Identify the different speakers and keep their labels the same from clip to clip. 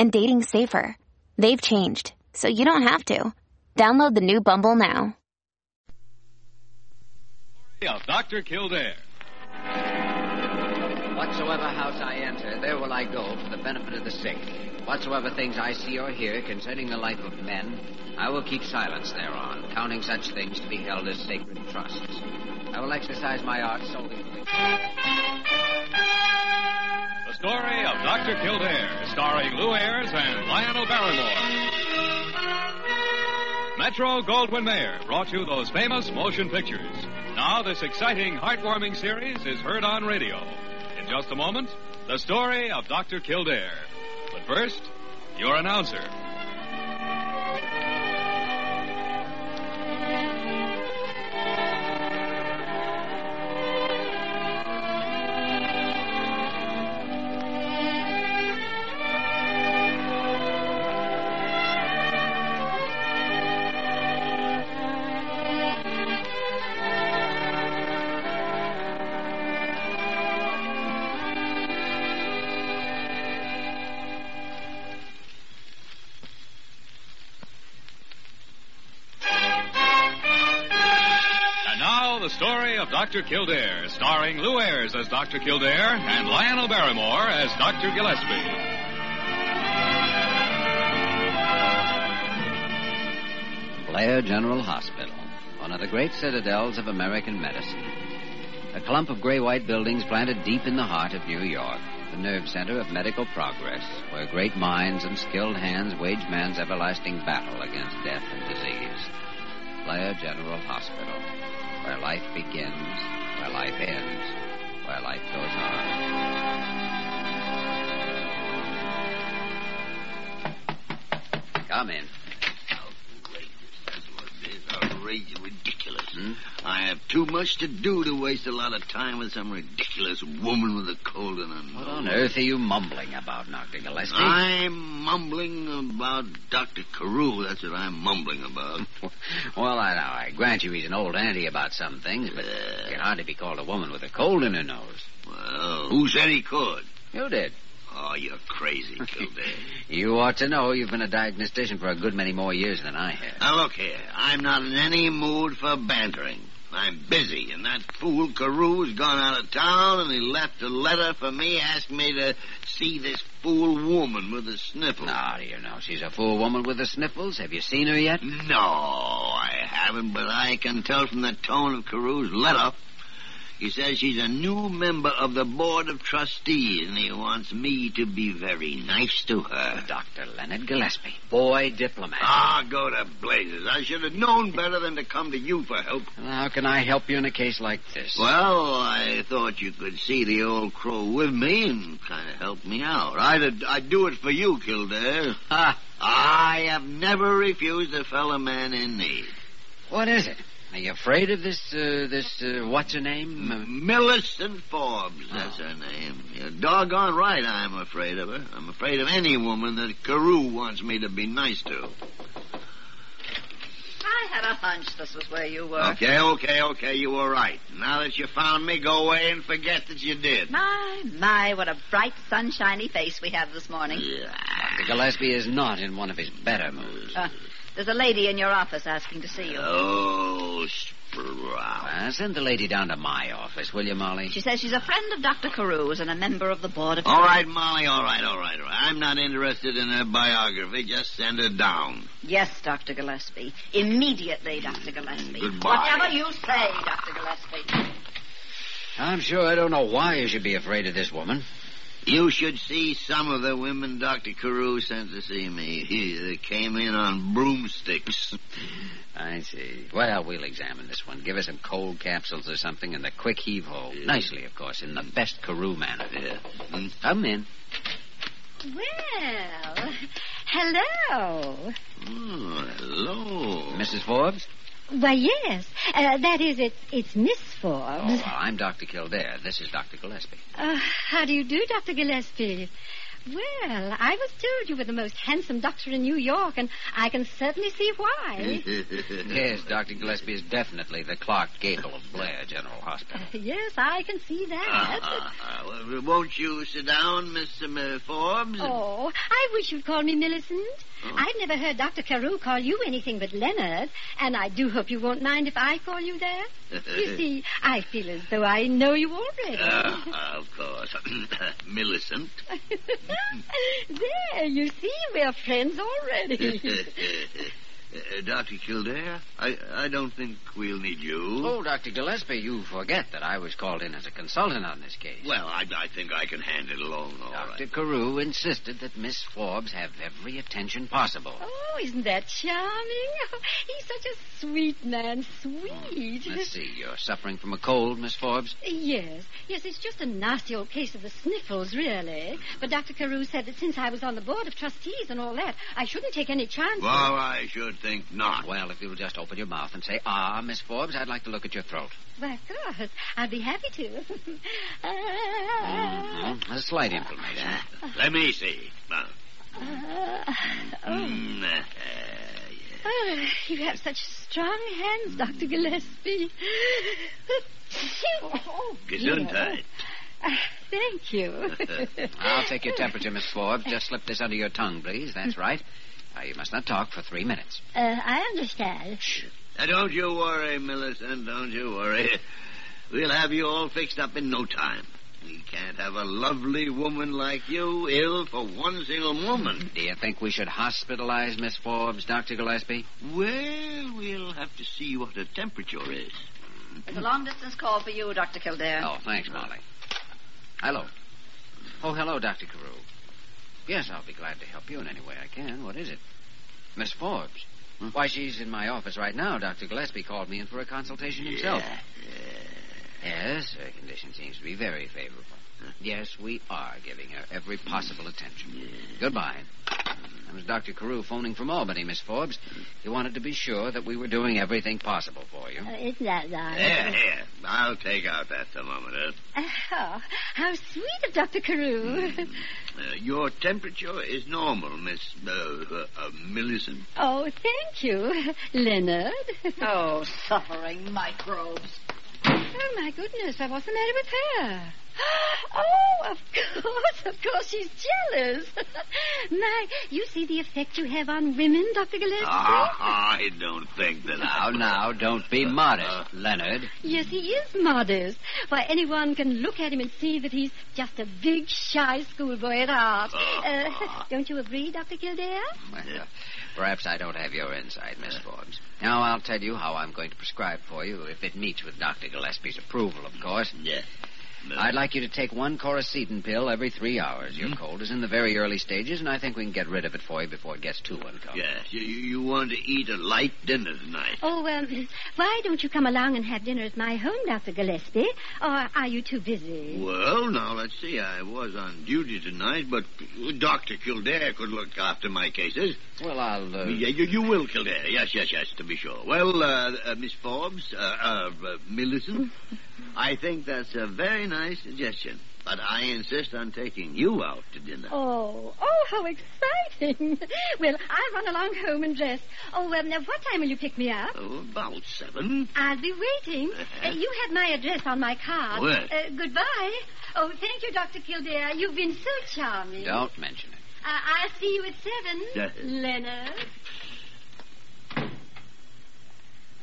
Speaker 1: and dating safer. They've changed, so you don't have to. Download the new Bumble now.
Speaker 2: of Dr. Kildare.
Speaker 3: Whatsoever house I enter, there will I go for the benefit of the sick. Whatsoever things I see or hear concerning the life of men, I will keep silence thereon, counting such things to be held as sacred trusts. I will exercise my art solely for the
Speaker 2: The story of Dr. Kildare, starring Lou Ayres and Lionel Barrymore. Metro Goldwyn Mayer brought you those famous motion pictures. Now, this exciting, heartwarming series is heard on radio. In just a moment, the story of Dr. Kildare. But first, your announcer. And now, the story of Dr. Kildare, starring Lou Ayres as Dr. Kildare and Lionel Barrymore as Dr. Gillespie.
Speaker 3: Blair General Hospital, one of the great citadels of American medicine. A clump of gray white buildings planted deep in the heart of New York, the nerve center of medical progress, where great minds and skilled hands wage man's everlasting battle against death and disease. Blair General Hospital, where life begins, where life ends, where life goes on. Come in.
Speaker 4: Outrageous. That's what it is. Outrageous. Ridiculous. Hmm? I have too much to do to waste a lot of time with some ridiculous woman with a cold and a nose.
Speaker 3: What on earth are you mumbling about, Dr. Gillespie?
Speaker 4: I'm mumbling about Dr. Carew. That's what I'm mumbling about.
Speaker 3: Well, I know. I grant you he's an old auntie about some things, but you can hardly be called a woman with a cold in her nose.
Speaker 4: Well, who said he could?
Speaker 3: You did.
Speaker 4: Oh, you're crazy, Kildare.
Speaker 3: You ought to know you've been a diagnostician for a good many more years than I have.
Speaker 4: now, Oh, look here. I'm not in any mood for bantering. I'm busy, and that fool Carew's gone out of town, and he left a letter for me asking me to see this fool woman with a sniffle.
Speaker 3: Now, do you know she's a fool woman with the sniffles? Have you seen her yet?
Speaker 4: No, I haven't, but I can tell from the tone of Carew's letter. He says she's a new member of the Board of Trustees, and he wants me to be very nice to her.
Speaker 3: Dr. Leonard Gillespie, boy diplomat.
Speaker 4: Mm. Ah, go to blazes. I should have known better than to come to you for help.
Speaker 3: Well, How can I help you in a case like this?
Speaker 4: Well, I thought you could see the old crow with me and kind of help me out. I'd, I'd do it for you, Kildare.
Speaker 3: Ah,
Speaker 4: I have never refused a fellow man in need.
Speaker 3: what is it? Are you afraid of this, uh, this, uh, what's her name? Uh,
Speaker 4: Millicent Forbes, that's her name. You're doggone right I'm afraid of her. I'm afraid of any woman that Carew wants me to be nice to.
Speaker 5: I had a hunch this was where you were.
Speaker 4: Okay, okay, okay, you were right. Now that you found me, go away and forget that you did.
Speaker 5: My, my, what a bright, sunshiny face we have this morning.
Speaker 3: Dr. Gillespie is not in one of his better moods.
Speaker 5: Uh, there's a lady in your office asking to see you.
Speaker 4: Oh, Sprout.
Speaker 3: Uh, send the lady down to my office, will you, Molly?
Speaker 5: She says she's a friend of Dr. Carew's and a member of the board of...
Speaker 4: All right, Molly, all right, all right, all right. I'm not interested in her biography. Just send her down.
Speaker 5: Yes, Dr. Gillespie. Immediately, Dr. Gillespie.
Speaker 4: Goodbye.
Speaker 5: Whatever you say, Dr. Gillespie.
Speaker 3: I'm sure I don't know why you should be afraid of this woman.
Speaker 4: You should see some of the women Dr. Carew sent to see me. He, they came in on broomsticks.
Speaker 3: I see. Well, we'll examine this one. Give her some cold capsules or something and a quick heave ho. Nicely, of course, in the Hmm? best Carew manner.
Speaker 4: Yeah.
Speaker 3: Come in.
Speaker 5: Well, Hello.
Speaker 4: Oh, hello.
Speaker 3: Mrs. Forbes?
Speaker 6: Why, yes. Uh, that is, it's, it's Miss
Speaker 3: Oh, well,
Speaker 6: Forbes.
Speaker 3: I'm Dr. Kildare. This is Dr. Gillespie.
Speaker 6: Uh, how do you do, Dr. Gillespie? Well, I was told you were the most handsome doctor in New York, and I can certainly see
Speaker 3: Eh?
Speaker 6: why.
Speaker 3: Yes, Dr. Gillespie is definitely the Clark Gable of Blair General Hospital.
Speaker 6: yes, I can see that.
Speaker 4: Ah, ah, ah. Well, won't you sit down, Mr. M- Forbes?
Speaker 6: Oh, I wish you'd call me Millicent.
Speaker 4: Oh.
Speaker 6: I've never heard Dr. Carew call you anything but Leonard, and I do hope you won't mind if I call you that.
Speaker 4: Eh.
Speaker 6: You see, I feel as though I know you already.
Speaker 4: Ah, ah, of course. Millicent.
Speaker 6: there, you see, we're friends already.
Speaker 4: Uh, Dr. Kildare, I, I don't think we'll need you.
Speaker 3: Oh, Dr. Gillespie, you forget that I was called in as a consultant on this case.
Speaker 4: Well, I, I think I can hand it along, all right.
Speaker 3: Dr. Carew insisted that Miss Forbes have every attention possible.
Speaker 6: Oh, isn't that charming? Oh, he's such a sweet man, sweet.
Speaker 3: Let's see, you're suffering from a cold, Miss Forbes?
Speaker 6: Yes, yes, it's just a nasty old case of the sniffles, really. But Dr. Carew said that since I was on the board of trustees and all that, I shouldn't take any chances.
Speaker 4: Well, Oh, I should think not.
Speaker 3: Well, if you'll just open your mouth and say, ah, Miss Forbes, I'd like to look at your throat.
Speaker 6: Why, of course, I'd be happy to. Ah,
Speaker 3: Mhm, A slight inflammation.
Speaker 4: Let me see. Now,
Speaker 6: ah, oh.
Speaker 4: mm, uh, yeah.
Speaker 6: Oh, you have such strong hands, Dr. Gillespie. Oh, dear.
Speaker 4: Gesundheit.
Speaker 6: Ah, Thank you.
Speaker 3: I'll take your temperature, Miss Forbes. Just slip this under your tongue, please. That's right. Now, you must not talk for three minutes.
Speaker 6: Uh, I understand.
Speaker 4: Now, don't you worry, Millicent. Don't you worry. We'll have you all fixed up in no time. We can't have a lovely woman like you ill for one single moment.
Speaker 3: Do you think we should hospitalize Miss Forbes, Dr. Gillespie?
Speaker 4: Well, we'll have to see what her temperature is.
Speaker 5: It's a long distance call for you, Dr. Kildare.
Speaker 3: Oh, thanks, Molly. Hello. Oh, hello, Dr. Carew. Yes, I'll be glad to help you in any way I can. What is it? Miss Forbes. Why, she's in my office right now. Dr. Gillespie called me in for a consultation himself.
Speaker 4: Eh,
Speaker 3: Yes, her condition seems to be very favorable. Yes, we are giving her every possible attention. Goodbye. Hmm, That was Dr. Carew phoning from Albany, Miss Forbes. He wanted to be sure that we were doing everything possible for you.
Speaker 6: Oh, isn't that nice?
Speaker 4: Here, here. I'll take out that thermometer.
Speaker 6: Oh, how sweet of Dr. Carew.
Speaker 4: Uh, your temperature is normal, Miss uh, uh, uh, Millicent.
Speaker 6: Oh, thank you, Leonard.
Speaker 5: Oh, suffering microbes.
Speaker 6: Oh, my goodness, why, what's the matter with her? Oh, of course, of course, she's jealous. my, you see the effect you have on women, Dr. Gillespie?
Speaker 4: Ah, I don't think that
Speaker 3: Now,
Speaker 4: I'll.
Speaker 3: now, don't be modest, Leonard.
Speaker 6: Yes, he is modest. Why, anyone can look at him and see that he's just a big, shy schoolboy at heart. Uh, don't you agree, Dr. Kildare?
Speaker 3: Well, perhaps I don't have your insight, Miss Forbes. Now I'll tell you how I'm going to prescribe for you, if it meets with Dr. Gillespie's approval, of course.
Speaker 4: Yeah.
Speaker 3: I'd like you to take one coracetin pill every three hours.
Speaker 4: Hmm?
Speaker 3: Your cold is in the very early stages, and I think we can get rid of it for you before it gets too uncomfortable.
Speaker 4: Yes, you, you want to eat a light dinner tonight.
Speaker 6: Oh, um, why don't you come along and have dinner at my home, Dr. Gillespie? Or are you too busy?
Speaker 4: Well, now let's see. I was on duty tonight, but Doctor Kildare could look after my cases.
Speaker 3: Well, I'll. Uh...
Speaker 4: Yeah, you, you will, Kildare. Yes, yes, yes, to be sure. Well, uh, uh, Miss Forbes, uh, uh, uh, Millicent, I think that's a very nice suggestion, but I insist on taking you out to dinner.
Speaker 6: Oh, oh, how exciting. well, I'll run along home and dress. Oh, um, now what time will you pick me up?
Speaker 4: Oh, about seven.
Speaker 6: I'll be waiting. Uh, you have my address on my card.
Speaker 4: Well.
Speaker 6: Uh, goodbye. Oh, thank you, Dr. Kildare. You've been so charming.
Speaker 3: Don't mention it.
Speaker 6: Uh, I'll see you at seven,
Speaker 4: Yes.
Speaker 6: Leonard.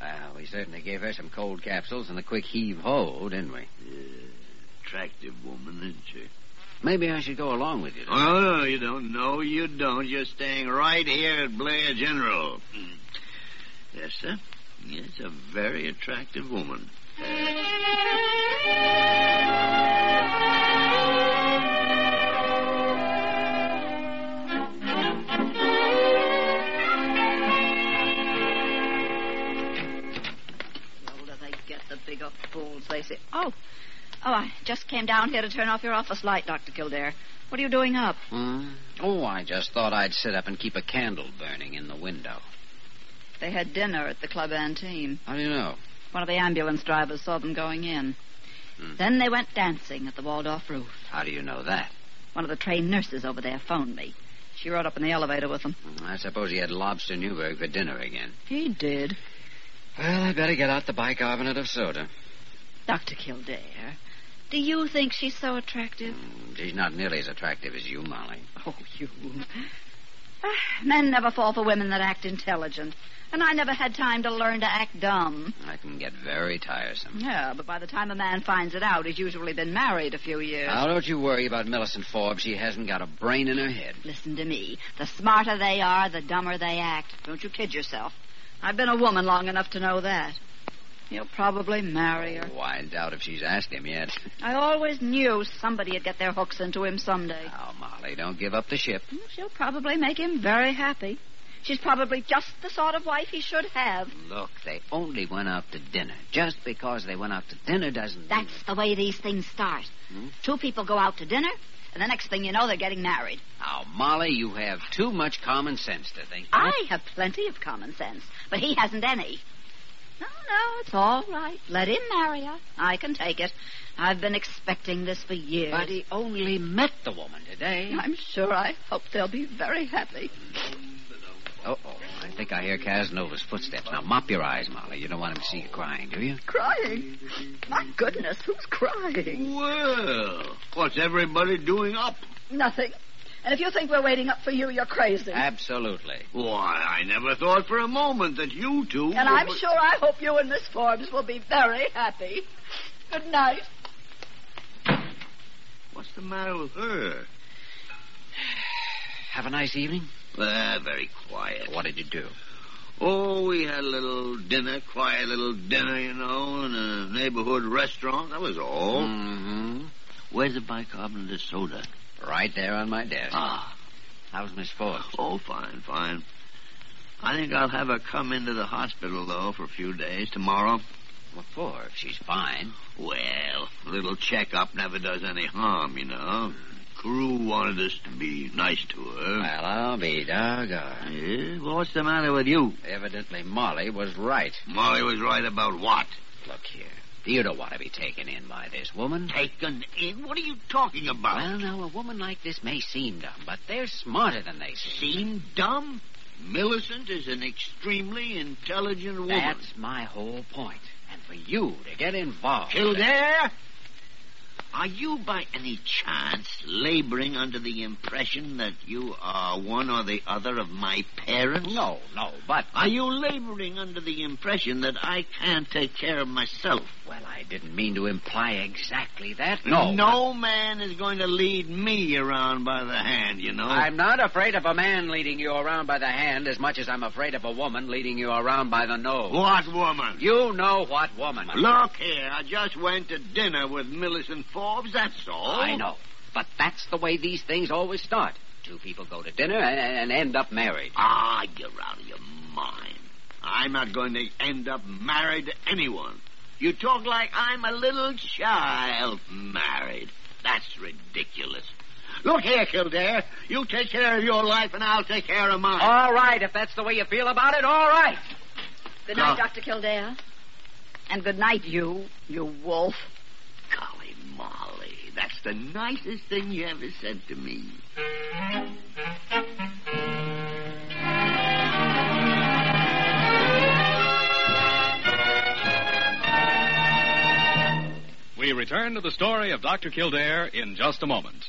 Speaker 3: Well, we certainly gave her some cold capsules and a quick heave ho, didn't we?
Speaker 4: Attractive woman, isn't she?
Speaker 3: Maybe I should go along with you. to-
Speaker 4: Oh, no, you don't. No, you don't. You're staying right here at Blair General. Mm. Yes, sir. Yes, a very attractive woman.
Speaker 5: The older they get, the bigger fools they say. Oh, Oh, I just came down here to turn off your office light, Dr. Kildare. What are you doing up?
Speaker 3: Hmm? Oh, I just thought I'd sit up and keep a candle burning in the window.
Speaker 5: They had dinner at the Club Antime.
Speaker 3: How do you know?
Speaker 5: One of the ambulance drivers saw them going in.
Speaker 3: Hmm.
Speaker 5: Then they went dancing at the Waldorf roof.
Speaker 3: How do you know that?
Speaker 5: One of the trained nurses over there phoned me. She rode up in the elevator with them.
Speaker 3: Hmm, I suppose he had lobster Newberg for dinner again.
Speaker 5: He did.
Speaker 3: Well, I better get out the bicarbonate of soda.
Speaker 5: Dr. Kildare, do you think she's so attractive?
Speaker 3: Hmm, She's not nearly as attractive as you, Molly.
Speaker 5: Oh, you. Ah, Men never fall for women that act intelligent. And I never had time to learn to act dumb.
Speaker 3: I can get very tiresome.
Speaker 5: Yeah, but by the time a man finds it out, he's usually been married a few years.
Speaker 3: Now, don't you worry about Millicent Forbes. She hasn't got a brain in her head.
Speaker 5: Listen to me. The smarter they are, the dumber they act. Don't you kid yourself. I've been a woman long enough to know that. He'll probably marry her.
Speaker 3: Oh, I doubt if she's asked him yet.
Speaker 5: I always knew somebody'd get their hooks into him someday.
Speaker 3: Now, Molly, don't give up the ship.
Speaker 5: She'll probably make him very happy. She's probably just the sort of wife he should have.
Speaker 3: Look, they only went out to dinner. Just because they went out to dinner doesn't mean-
Speaker 5: That's the way these things start. Two people go out to dinner, and the next thing you know, they're getting married.
Speaker 3: Now, Molly, you have too much common sense to think. that.
Speaker 5: I have plenty of common sense, but he hasn't any. No, no, it's all right. Let him marry her. I can take it. I've been expecting this for years.
Speaker 3: But he only met the woman today.
Speaker 5: I'm sure I hope they'll be very happy.
Speaker 3: Uh oh. I think I hear Casanova's footsteps. Now, mop your eyes, Molly. You don't want him to see you crying, do you?
Speaker 5: Crying? My goodness, who's crying?
Speaker 4: Well, what's everybody doing up?
Speaker 5: Nothing. And if you think we're waiting up for you, you're crazy.
Speaker 3: Absolutely.
Speaker 4: Why, I never thought for a moment that you two.
Speaker 5: And
Speaker 4: were-
Speaker 5: I'm sure I hope you and Miss Forbes will be very happy. Good night.
Speaker 4: What's the matter with her?
Speaker 3: Have a nice evening.
Speaker 4: Ah, very quiet.
Speaker 3: What did you do?
Speaker 4: Oh, we had a little dinner, quiet little dinner, you know, in a neighborhood restaurant. That was all.
Speaker 3: Mm-hmm.
Speaker 4: Hmm. Where's the bicarbonate of soda?
Speaker 3: Right there on my desk.
Speaker 4: Ah,
Speaker 3: How's Miss Forbes?
Speaker 4: oh, fine, fine. I think I'll have her come into the hospital, though, for a few days tomorrow.
Speaker 3: What for? If she's fine.
Speaker 4: Well, a little checkup never does any harm, you know. Carew wanted us to be nice to her.
Speaker 3: Well, I'll be doggone.
Speaker 4: Yeah? Well, what's the matter with you?
Speaker 3: Evidently, Molly was right.
Speaker 4: Molly was right about what?
Speaker 3: Look here. You don't want to be taken in by this woman.
Speaker 4: Taken in? What are you talking about?
Speaker 3: Well, now, a woman like this may seem dumb, but they're smarter than they seem.
Speaker 4: seem dumb? Millicent is an extremely intelligent woman.
Speaker 3: That's my whole point. And for you to get involved.
Speaker 4: Kildare? Are you by any chance laboring under the impression that you are one or the other of my parents?
Speaker 3: No, no, but.
Speaker 4: Are you laboring under the impression that I can't take care of myself?
Speaker 3: Well, I didn't mean to imply exactly that. No.
Speaker 4: No man is going to lead me around by the hand, you know.
Speaker 3: I'm not afraid of a man leading you around by the hand as much as I'm afraid of a woman leading you around by the nose.
Speaker 4: What woman?
Speaker 3: You know what woman.
Speaker 4: Look here, I just went to dinner with Millicent Forbes, that's all.
Speaker 3: I know. But that's the way these things always start. Two people go to dinner and, and end up married.
Speaker 4: Ah, you're out of your mind. I'm not going to end up married to anyone. You talk like I'm a little child married. That's ridiculous. Look here, Kildare. You take care of your life, and I'll take care of mine.
Speaker 5: Ah.
Speaker 3: All right, if that's the way you feel about it, all right.
Speaker 5: Good
Speaker 4: No.
Speaker 5: night, Dr. Kildare. And good night, you, you wolf.
Speaker 4: Golly, Molly, that's the nicest thing you ever said to me.
Speaker 2: We return to the story of Dr. Kildare in just a moment.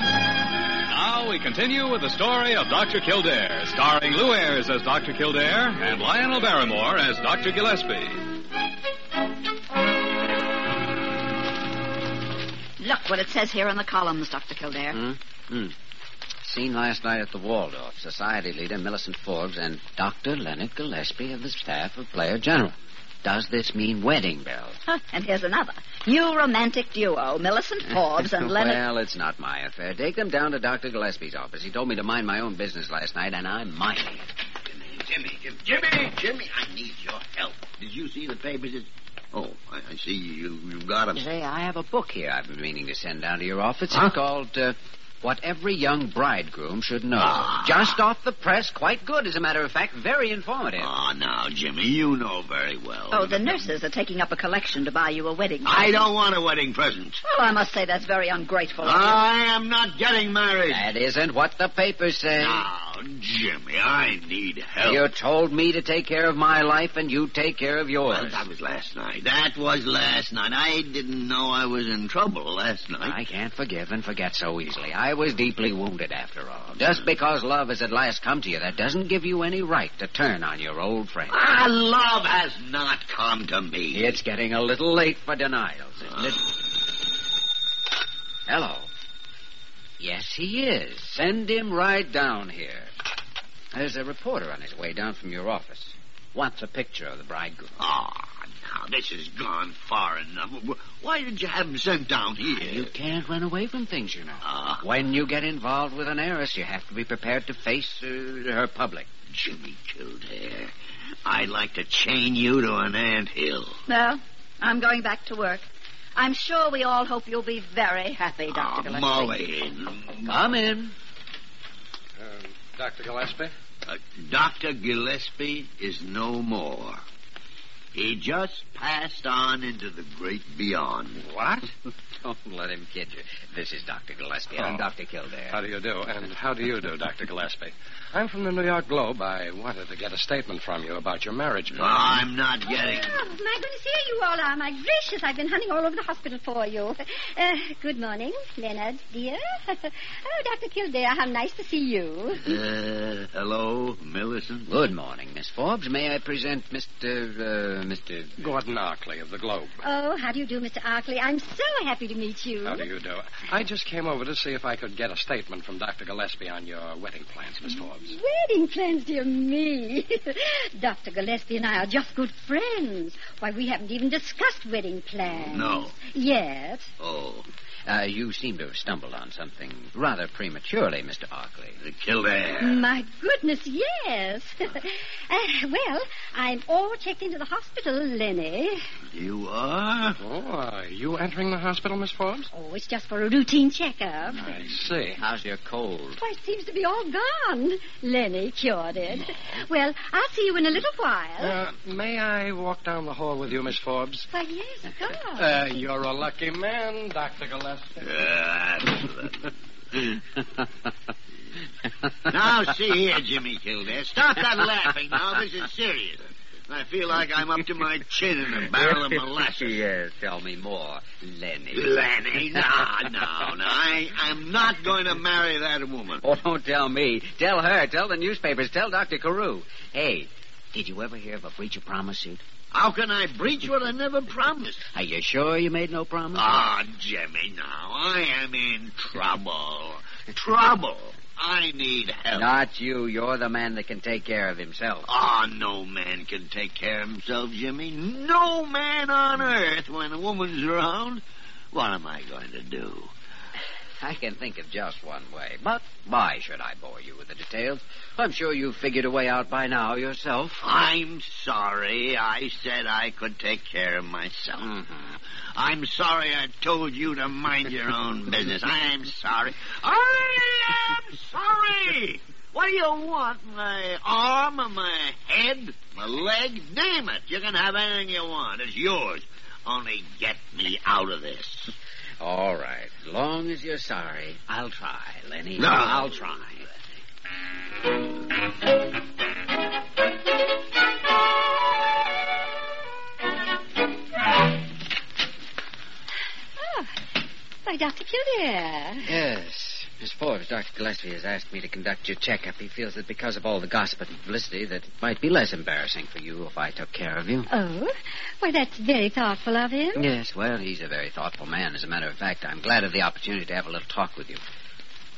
Speaker 2: Now we continue with the story of Dr. Kildare, starring Lou Ayres as Dr. Kildare and Lionel Barrymore as Dr. Gillespie.
Speaker 7: Uh,
Speaker 5: Look what it says here on the columns, Dr. Kildare.
Speaker 3: Hmm? Hmm. Seen last night at the Waldorf, society leader Millicent Forbes and Dr. Leonard Gillespie of the staff of Player General. Does this mean wedding bells?
Speaker 5: Huh, and here's another. New romantic duo, Millicent Forbes and Leonard.
Speaker 3: well, it's not my affair. Take them down to Dr. Gillespie's office. He told me to mind my own business last night, and I'm minding it.
Speaker 4: Jimmy, Jimmy, Jimmy, Jimmy, I need your help. Did you see the papers? It's- Oh, I, I see you, you got them.
Speaker 3: You say, I have a book here I've been meaning to send down to your office.
Speaker 4: Huh?
Speaker 3: It's called uh, What Every Young Bridegroom Should Know.
Speaker 4: Ah.
Speaker 3: Just off the press, quite good, as a matter of fact, very informative.
Speaker 4: Oh, now, Jimmy, you know very well.
Speaker 5: Oh, the nurses are taking up a collection to buy you a wedding.
Speaker 4: I don't want a wedding present.
Speaker 5: Well, I must say that's very ungrateful. of you.
Speaker 4: I am not getting
Speaker 5: Ah.
Speaker 4: married.
Speaker 3: That isn't what the papers say.
Speaker 4: Now, Jimmy, I need help.
Speaker 3: You told me to take care of my life, and you take care of yours.
Speaker 4: Well, that was last night. That was last night. I didn't know I was in trouble last night.
Speaker 3: I can't forgive and forget so easily. I was deeply wounded, after all. Just because love has at last come to you, that doesn't give you any right to turn on your old friend.
Speaker 4: Ah, love has not come to me.
Speaker 3: It's getting a little late for denials, isn't it? Hello. Yes, he is. Send him right down here. There's a reporter on his way down from your office. Wants a picture of the bridegroom.
Speaker 4: Ah, now, this has gone far enough. Why did you have him sent down
Speaker 3: You
Speaker 4: here?
Speaker 3: can't run away from things, you know.
Speaker 4: Ah,
Speaker 3: When you get involved with an heiress, you have to be prepared to face uh, her public.
Speaker 4: Jimmy Kildare, I'd like to chain you to an anthill.
Speaker 5: No, I'm going back to work. I'm sure we all hope you'll be very happy, Dr.
Speaker 4: Ah,
Speaker 5: Gillespie.
Speaker 4: Molly. Ah,
Speaker 3: Come in.
Speaker 7: Dr. Gillespie?
Speaker 4: Uh, Dr. Gillespie is no more. He just passed on into the great beyond.
Speaker 3: What? Don't let him kid you. This is Dr. Gillespie. I'm
Speaker 7: Oh.
Speaker 3: Dr. Kildare.
Speaker 7: How do you do? And how do you do, Dr. Gillespie? I'm from the New York Globe. I wanted to get a statement from you about your marriage.
Speaker 4: No, I'm not getting.
Speaker 6: Oh, my goodness, here you all are. My gracious, I've been hunting all over the hospital for you. Uh, good morning, Leonard, dear. oh, Dr. Kildare, how nice to see you.
Speaker 4: Uh, hello, Millicent.
Speaker 3: Good morning, Miss Forbes. May I present Mr. Uh, Mr.
Speaker 7: Gordon Arkley of the Globe.
Speaker 6: Oh, how do you do, Mr. Arkley? I'm so happy to meet you.
Speaker 7: How do you do? I just came over to see if I could get a statement from Dr. Gillespie on your wedding plans, Miss Forbes.
Speaker 6: Wedding plans, dear me. Dr. Gillespie and I are just good friends. Why, we haven't even discussed wedding plans.
Speaker 4: No.
Speaker 6: Yet.
Speaker 4: Oh,
Speaker 3: Uh, you seem to have stumbled on something rather prematurely, Mr. Arkley.
Speaker 4: the Kildare.
Speaker 6: My goodness, yes. uh, well, I'm all checked into the hospital, Lenny.
Speaker 4: You are?
Speaker 7: Oh, are you entering the hospital, Miss Forbes?
Speaker 6: Oh, it's just for a routine checkup.
Speaker 7: I see.
Speaker 3: How's your cold?
Speaker 6: Why, it seems to be all gone. Lenny cured it. Well, I'll see you in a little while.
Speaker 7: Uh, may I walk down the hall with you, Miss Forbes?
Speaker 6: Why, yes, of course.
Speaker 7: Uh, you're a lucky man, Dr. Gillespie.
Speaker 4: Uh, now, see here, Jimmy Kildare. Stop that laughing now. This is serious. I feel like I'm up to my chin in a barrel of molasses.
Speaker 3: yes, tell me more, Lenny.
Speaker 4: Lenny, no, no, no. I, I'm not going to marry that woman.
Speaker 3: Oh, don't tell me. Tell her. Tell the newspapers. Tell Dr. Carew. Hey, did you ever hear of a breach of promise suit?
Speaker 4: How can I breach what I never promised?
Speaker 3: Are you sure you made no promise?
Speaker 4: Ah, Jimmy, now I am in trouble. Trouble. I need help.
Speaker 3: Not you. You're the man that can take care of himself.
Speaker 4: Ah, no man can take care of himself, Jimmy. No man on earth when a woman's around. What am I going to do?
Speaker 3: I can think of just one way. But why should I bore you with the details? I'm sure you've figured a way out by now yourself.
Speaker 4: I'm sorry I said I could take care of myself.
Speaker 3: Mm-hmm.
Speaker 4: I'm sorry I told you to mind your own business. I'm sorry. I am sorry! What do you want? My arm or my head? My leg? Damn it! You can have anything you want. It's yours. Only get me out of this.
Speaker 3: All right. Long as you're sorry, I'll try, Lenny.
Speaker 4: No.
Speaker 3: I'll try.
Speaker 6: Why, Dr. Kildare.
Speaker 3: Yes. Miss Forbes, Dr. Gillespie has asked me to conduct your checkup. He feels that because of all the gossip and publicity, that it might be less embarrassing for you if I took care of you.
Speaker 6: Oh, well, that's very thoughtful of him.
Speaker 3: Yes, well, he's a very thoughtful man. As a matter of fact, I'm glad of the opportunity to have a little talk with you.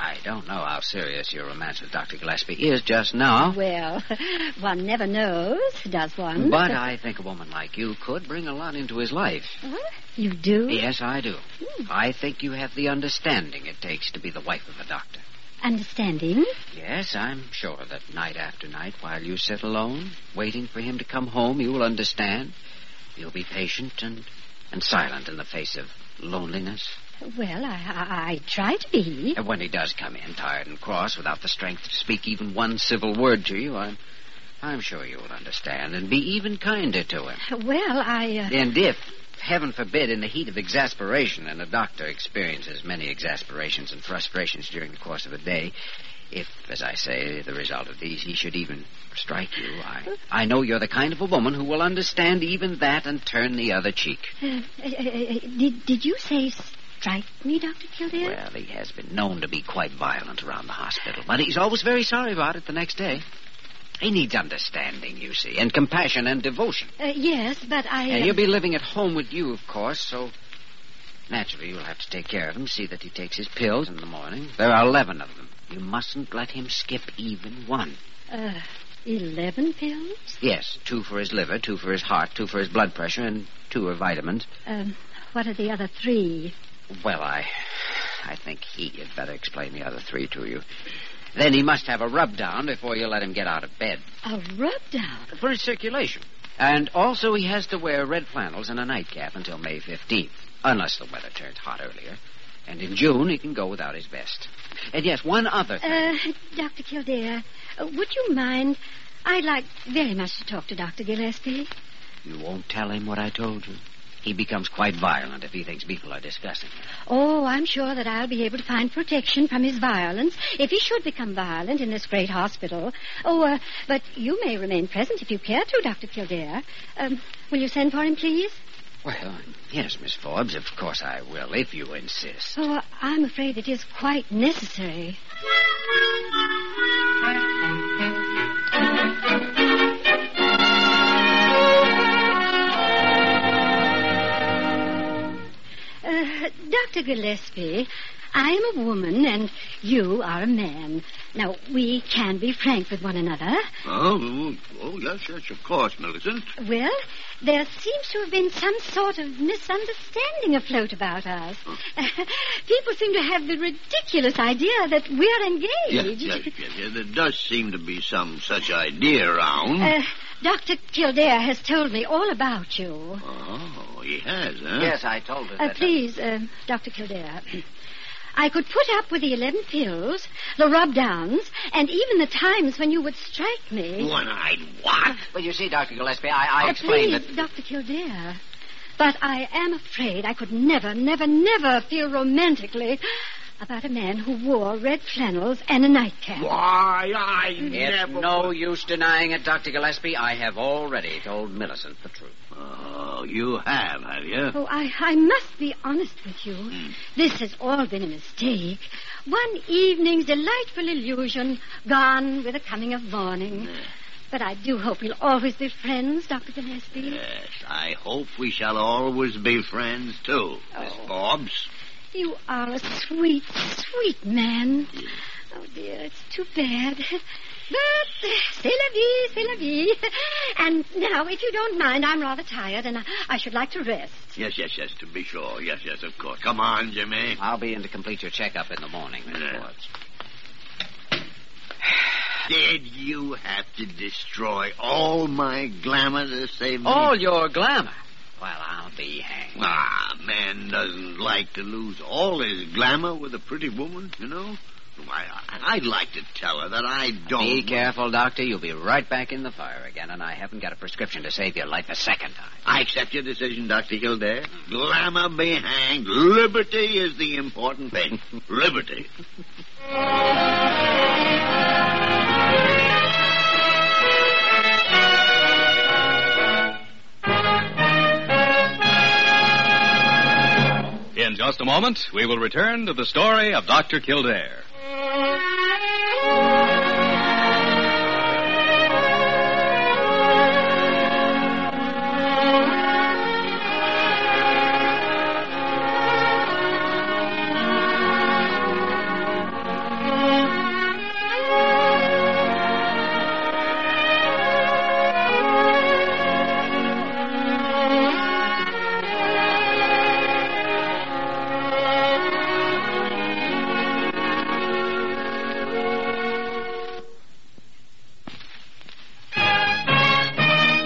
Speaker 3: I don't know how serious your romance with Dr. Gillespie is just now.
Speaker 6: Well, one never knows, does one?
Speaker 3: But I think a woman like you could bring a lot into his life.
Speaker 6: Huh? You do?
Speaker 3: Yes, I do. I think you have the understanding it takes to be the wife of a doctor.
Speaker 6: Understanding?
Speaker 3: Yes, I'm sure that night after night, while you sit alone, waiting for him to come home, you will understand. You'll be patient and, and silent in the face of loneliness.
Speaker 6: Well, I, I, I try to be.
Speaker 3: And when he does come in, tired and cross, without the strength to speak even one civil word to you, I'm, I'm sure you will understand and be even kinder to him.
Speaker 6: Well, I. Uh...
Speaker 3: And if, heaven forbid, in the heat of exasperation, and a doctor experiences many exasperations and frustrations during the course of a day, if, as I say, the result of these, he should even strike you, I, I know you're the kind of a woman who will understand even that and turn the other cheek.
Speaker 6: Uh, uh, uh, did, did you say strike me, Dr. Kildare?
Speaker 3: Well, he has been known to be quite violent around the hospital, but he's always very sorry about it the next day. He needs understanding, you see, and compassion and devotion.
Speaker 6: Uh, yes, but I.
Speaker 3: And he'll be living at home with you, of course, so naturally you'll have to take care of him, see that he takes his pills in the morning. There are eleven of them. You mustn't let him skip even one.
Speaker 6: Uh, eleven pills?
Speaker 3: Yes, two for his liver, two for his heart, two for his blood pressure, and two are vitamins.
Speaker 6: Um, what are the other three?
Speaker 3: Well, I. I think he had better explain the other three to you. Then he must have a rub down before you let him get out of bed.
Speaker 6: A rub down?
Speaker 3: For his circulation. And also, he has to wear red flannels and a nightcap until May 15th, unless the weather turns hot earlier. And in June, he can go without his vest. And yes, one other thing.
Speaker 6: Uh, Dr. Kildare, uh, would you mind? I'd like very much to talk to Dr. Gillespie.
Speaker 3: You won't tell him what I told you? He becomes quite violent if he thinks people are discussing him.
Speaker 6: Oh, I'm sure that I'll be able to find protection from his violence if he should become violent in this great hospital. Oh, uh, but you may remain present if you care to, Dr. Kildare. Um, will you send for him, please?
Speaker 3: Well, yes, Miss Forbes, of course I will, if you insist.
Speaker 6: Oh, uh, I'm afraid it is quite necessary. Uh, Dr. Gillespie, I am a woman and you are a man. Now, we can be frank with one another.
Speaker 4: Oh, oh, yes, yes, of course, Millicent.
Speaker 6: Well, there seems to have been some sort of misunderstanding afloat about us. People seem to have the ridiculous idea that we're engaged.
Speaker 4: Yes, yes, yes, yes. There does seem to be some such idea around.
Speaker 6: Uh, Dr. Kildare has told me all about you.
Speaker 4: oh, he has, huh?
Speaker 3: Yes, I told her.
Speaker 6: Uh,
Speaker 3: that-
Speaker 6: please, uh, Dr. Kildare. I could put up with the 11 pills, the rub downs, and even the times when you would strike me.
Speaker 4: One-eyed what?
Speaker 3: Well, you see, Dr. Gillespie, I, I
Speaker 6: Uh,
Speaker 3: explained that.
Speaker 6: please, Dr. Kildare. But I am afraid I could never, never, never feel romantically about a man who wore red flannels and a nightcap.
Speaker 4: Why, I
Speaker 3: It's
Speaker 4: never...
Speaker 3: no use denying it, Dr. Gillespie. I have already told Millicent the truth.
Speaker 4: Oh, you have, have you?
Speaker 6: Oh, I, I must be honest with you. This has all been a mistake. One evening's delightful illusion gone with the coming of morning. But I do hope we'll always be friends, Dr. Gillespie.
Speaker 4: Yes, I hope we shall always be friends, too, Miss
Speaker 6: Oh.
Speaker 4: Forbes.
Speaker 6: You are a sweet, sweet man. Oh, dear, it's too bad. But uh, c'est la vie, c'est la vie. And now, if you don't mind, I'm rather tired and I, I should like to rest.
Speaker 4: Yes, yes, yes, to be sure. Yes, yes, of course. Come on, Jimmy.
Speaker 3: I'll be in to complete your checkup in the morning, Miss
Speaker 4: Yeah.
Speaker 3: Forbes.
Speaker 4: Did you have to destroy all my glamour to save me?
Speaker 3: All your glamour. Well, I'll be hanged.
Speaker 4: Ah, a man doesn't like to lose all his glamour with a pretty woman, you know. Why, I, I'd like to tell her that I don't.
Speaker 3: Be careful, Doctor. You'll be right back in the fire again, and I haven't got a prescription to save your life a second time.
Speaker 4: I accept your decision, Dr. Kildare. Glamour be hanged. Liberty is the important thing. Liberty.
Speaker 2: In just a moment, we will return to the story of Dr. Kildare.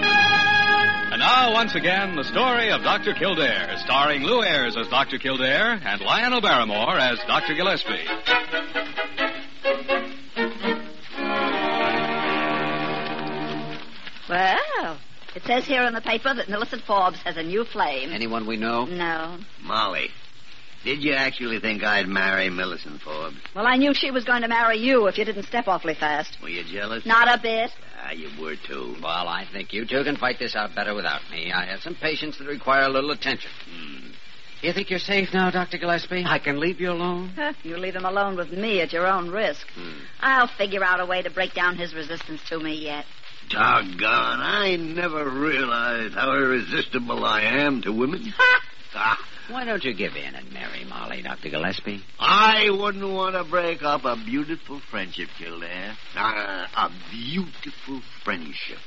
Speaker 2: And now, once again, the story of Dr. Kildare, starring Lou Ayres as Dr. Kildare and Lionel Barrymore as Dr. Gillespie.
Speaker 5: Well, it says here in the paper that Millicent Forbes has a new flame.
Speaker 3: Anyone we know?
Speaker 5: No.
Speaker 4: Molly, did you actually think I'd marry Millicent Forbes?
Speaker 5: Well, I knew she was going to marry you if you didn't step awfully fast.
Speaker 4: Were you jealous?
Speaker 5: Not a bit.
Speaker 4: Ah, you were too.
Speaker 3: Well, I think you two can fight this out better without me. I have some patients that require a little attention. Hmm. You think you're safe now, Dr. Gillespie? I can leave you alone?
Speaker 5: Huh, You leave him alone with me at your own risk. I'll figure out a way to break down his resistance to me yet.
Speaker 4: Doggone, I never realized how irresistible I am to women. ah,
Speaker 3: Why don't you give in and marry Molly, Dr. Gillespie?
Speaker 4: I wouldn't want to break up a beautiful friendship, Kildare. Ah, a beautiful friendship.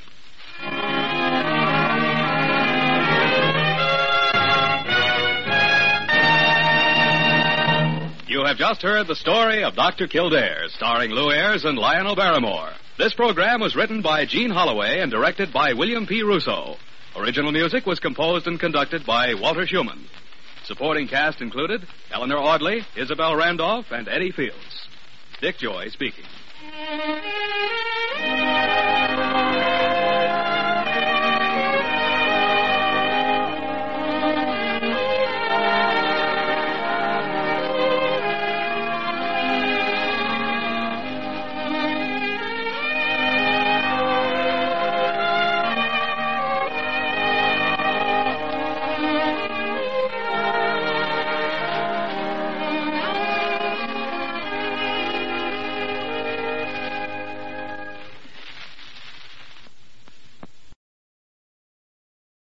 Speaker 2: You have just heard the story of Dr. Kildare, starring Lou Ayres and Lionel Barrymore. This program was written by Gene Holloway and directed by William P. Russo. Original music was composed and conducted by Walter Schumann. Supporting cast included Eleanor Audley, Isabel Randolph, and Eddie Fields. Dick Joy speaking.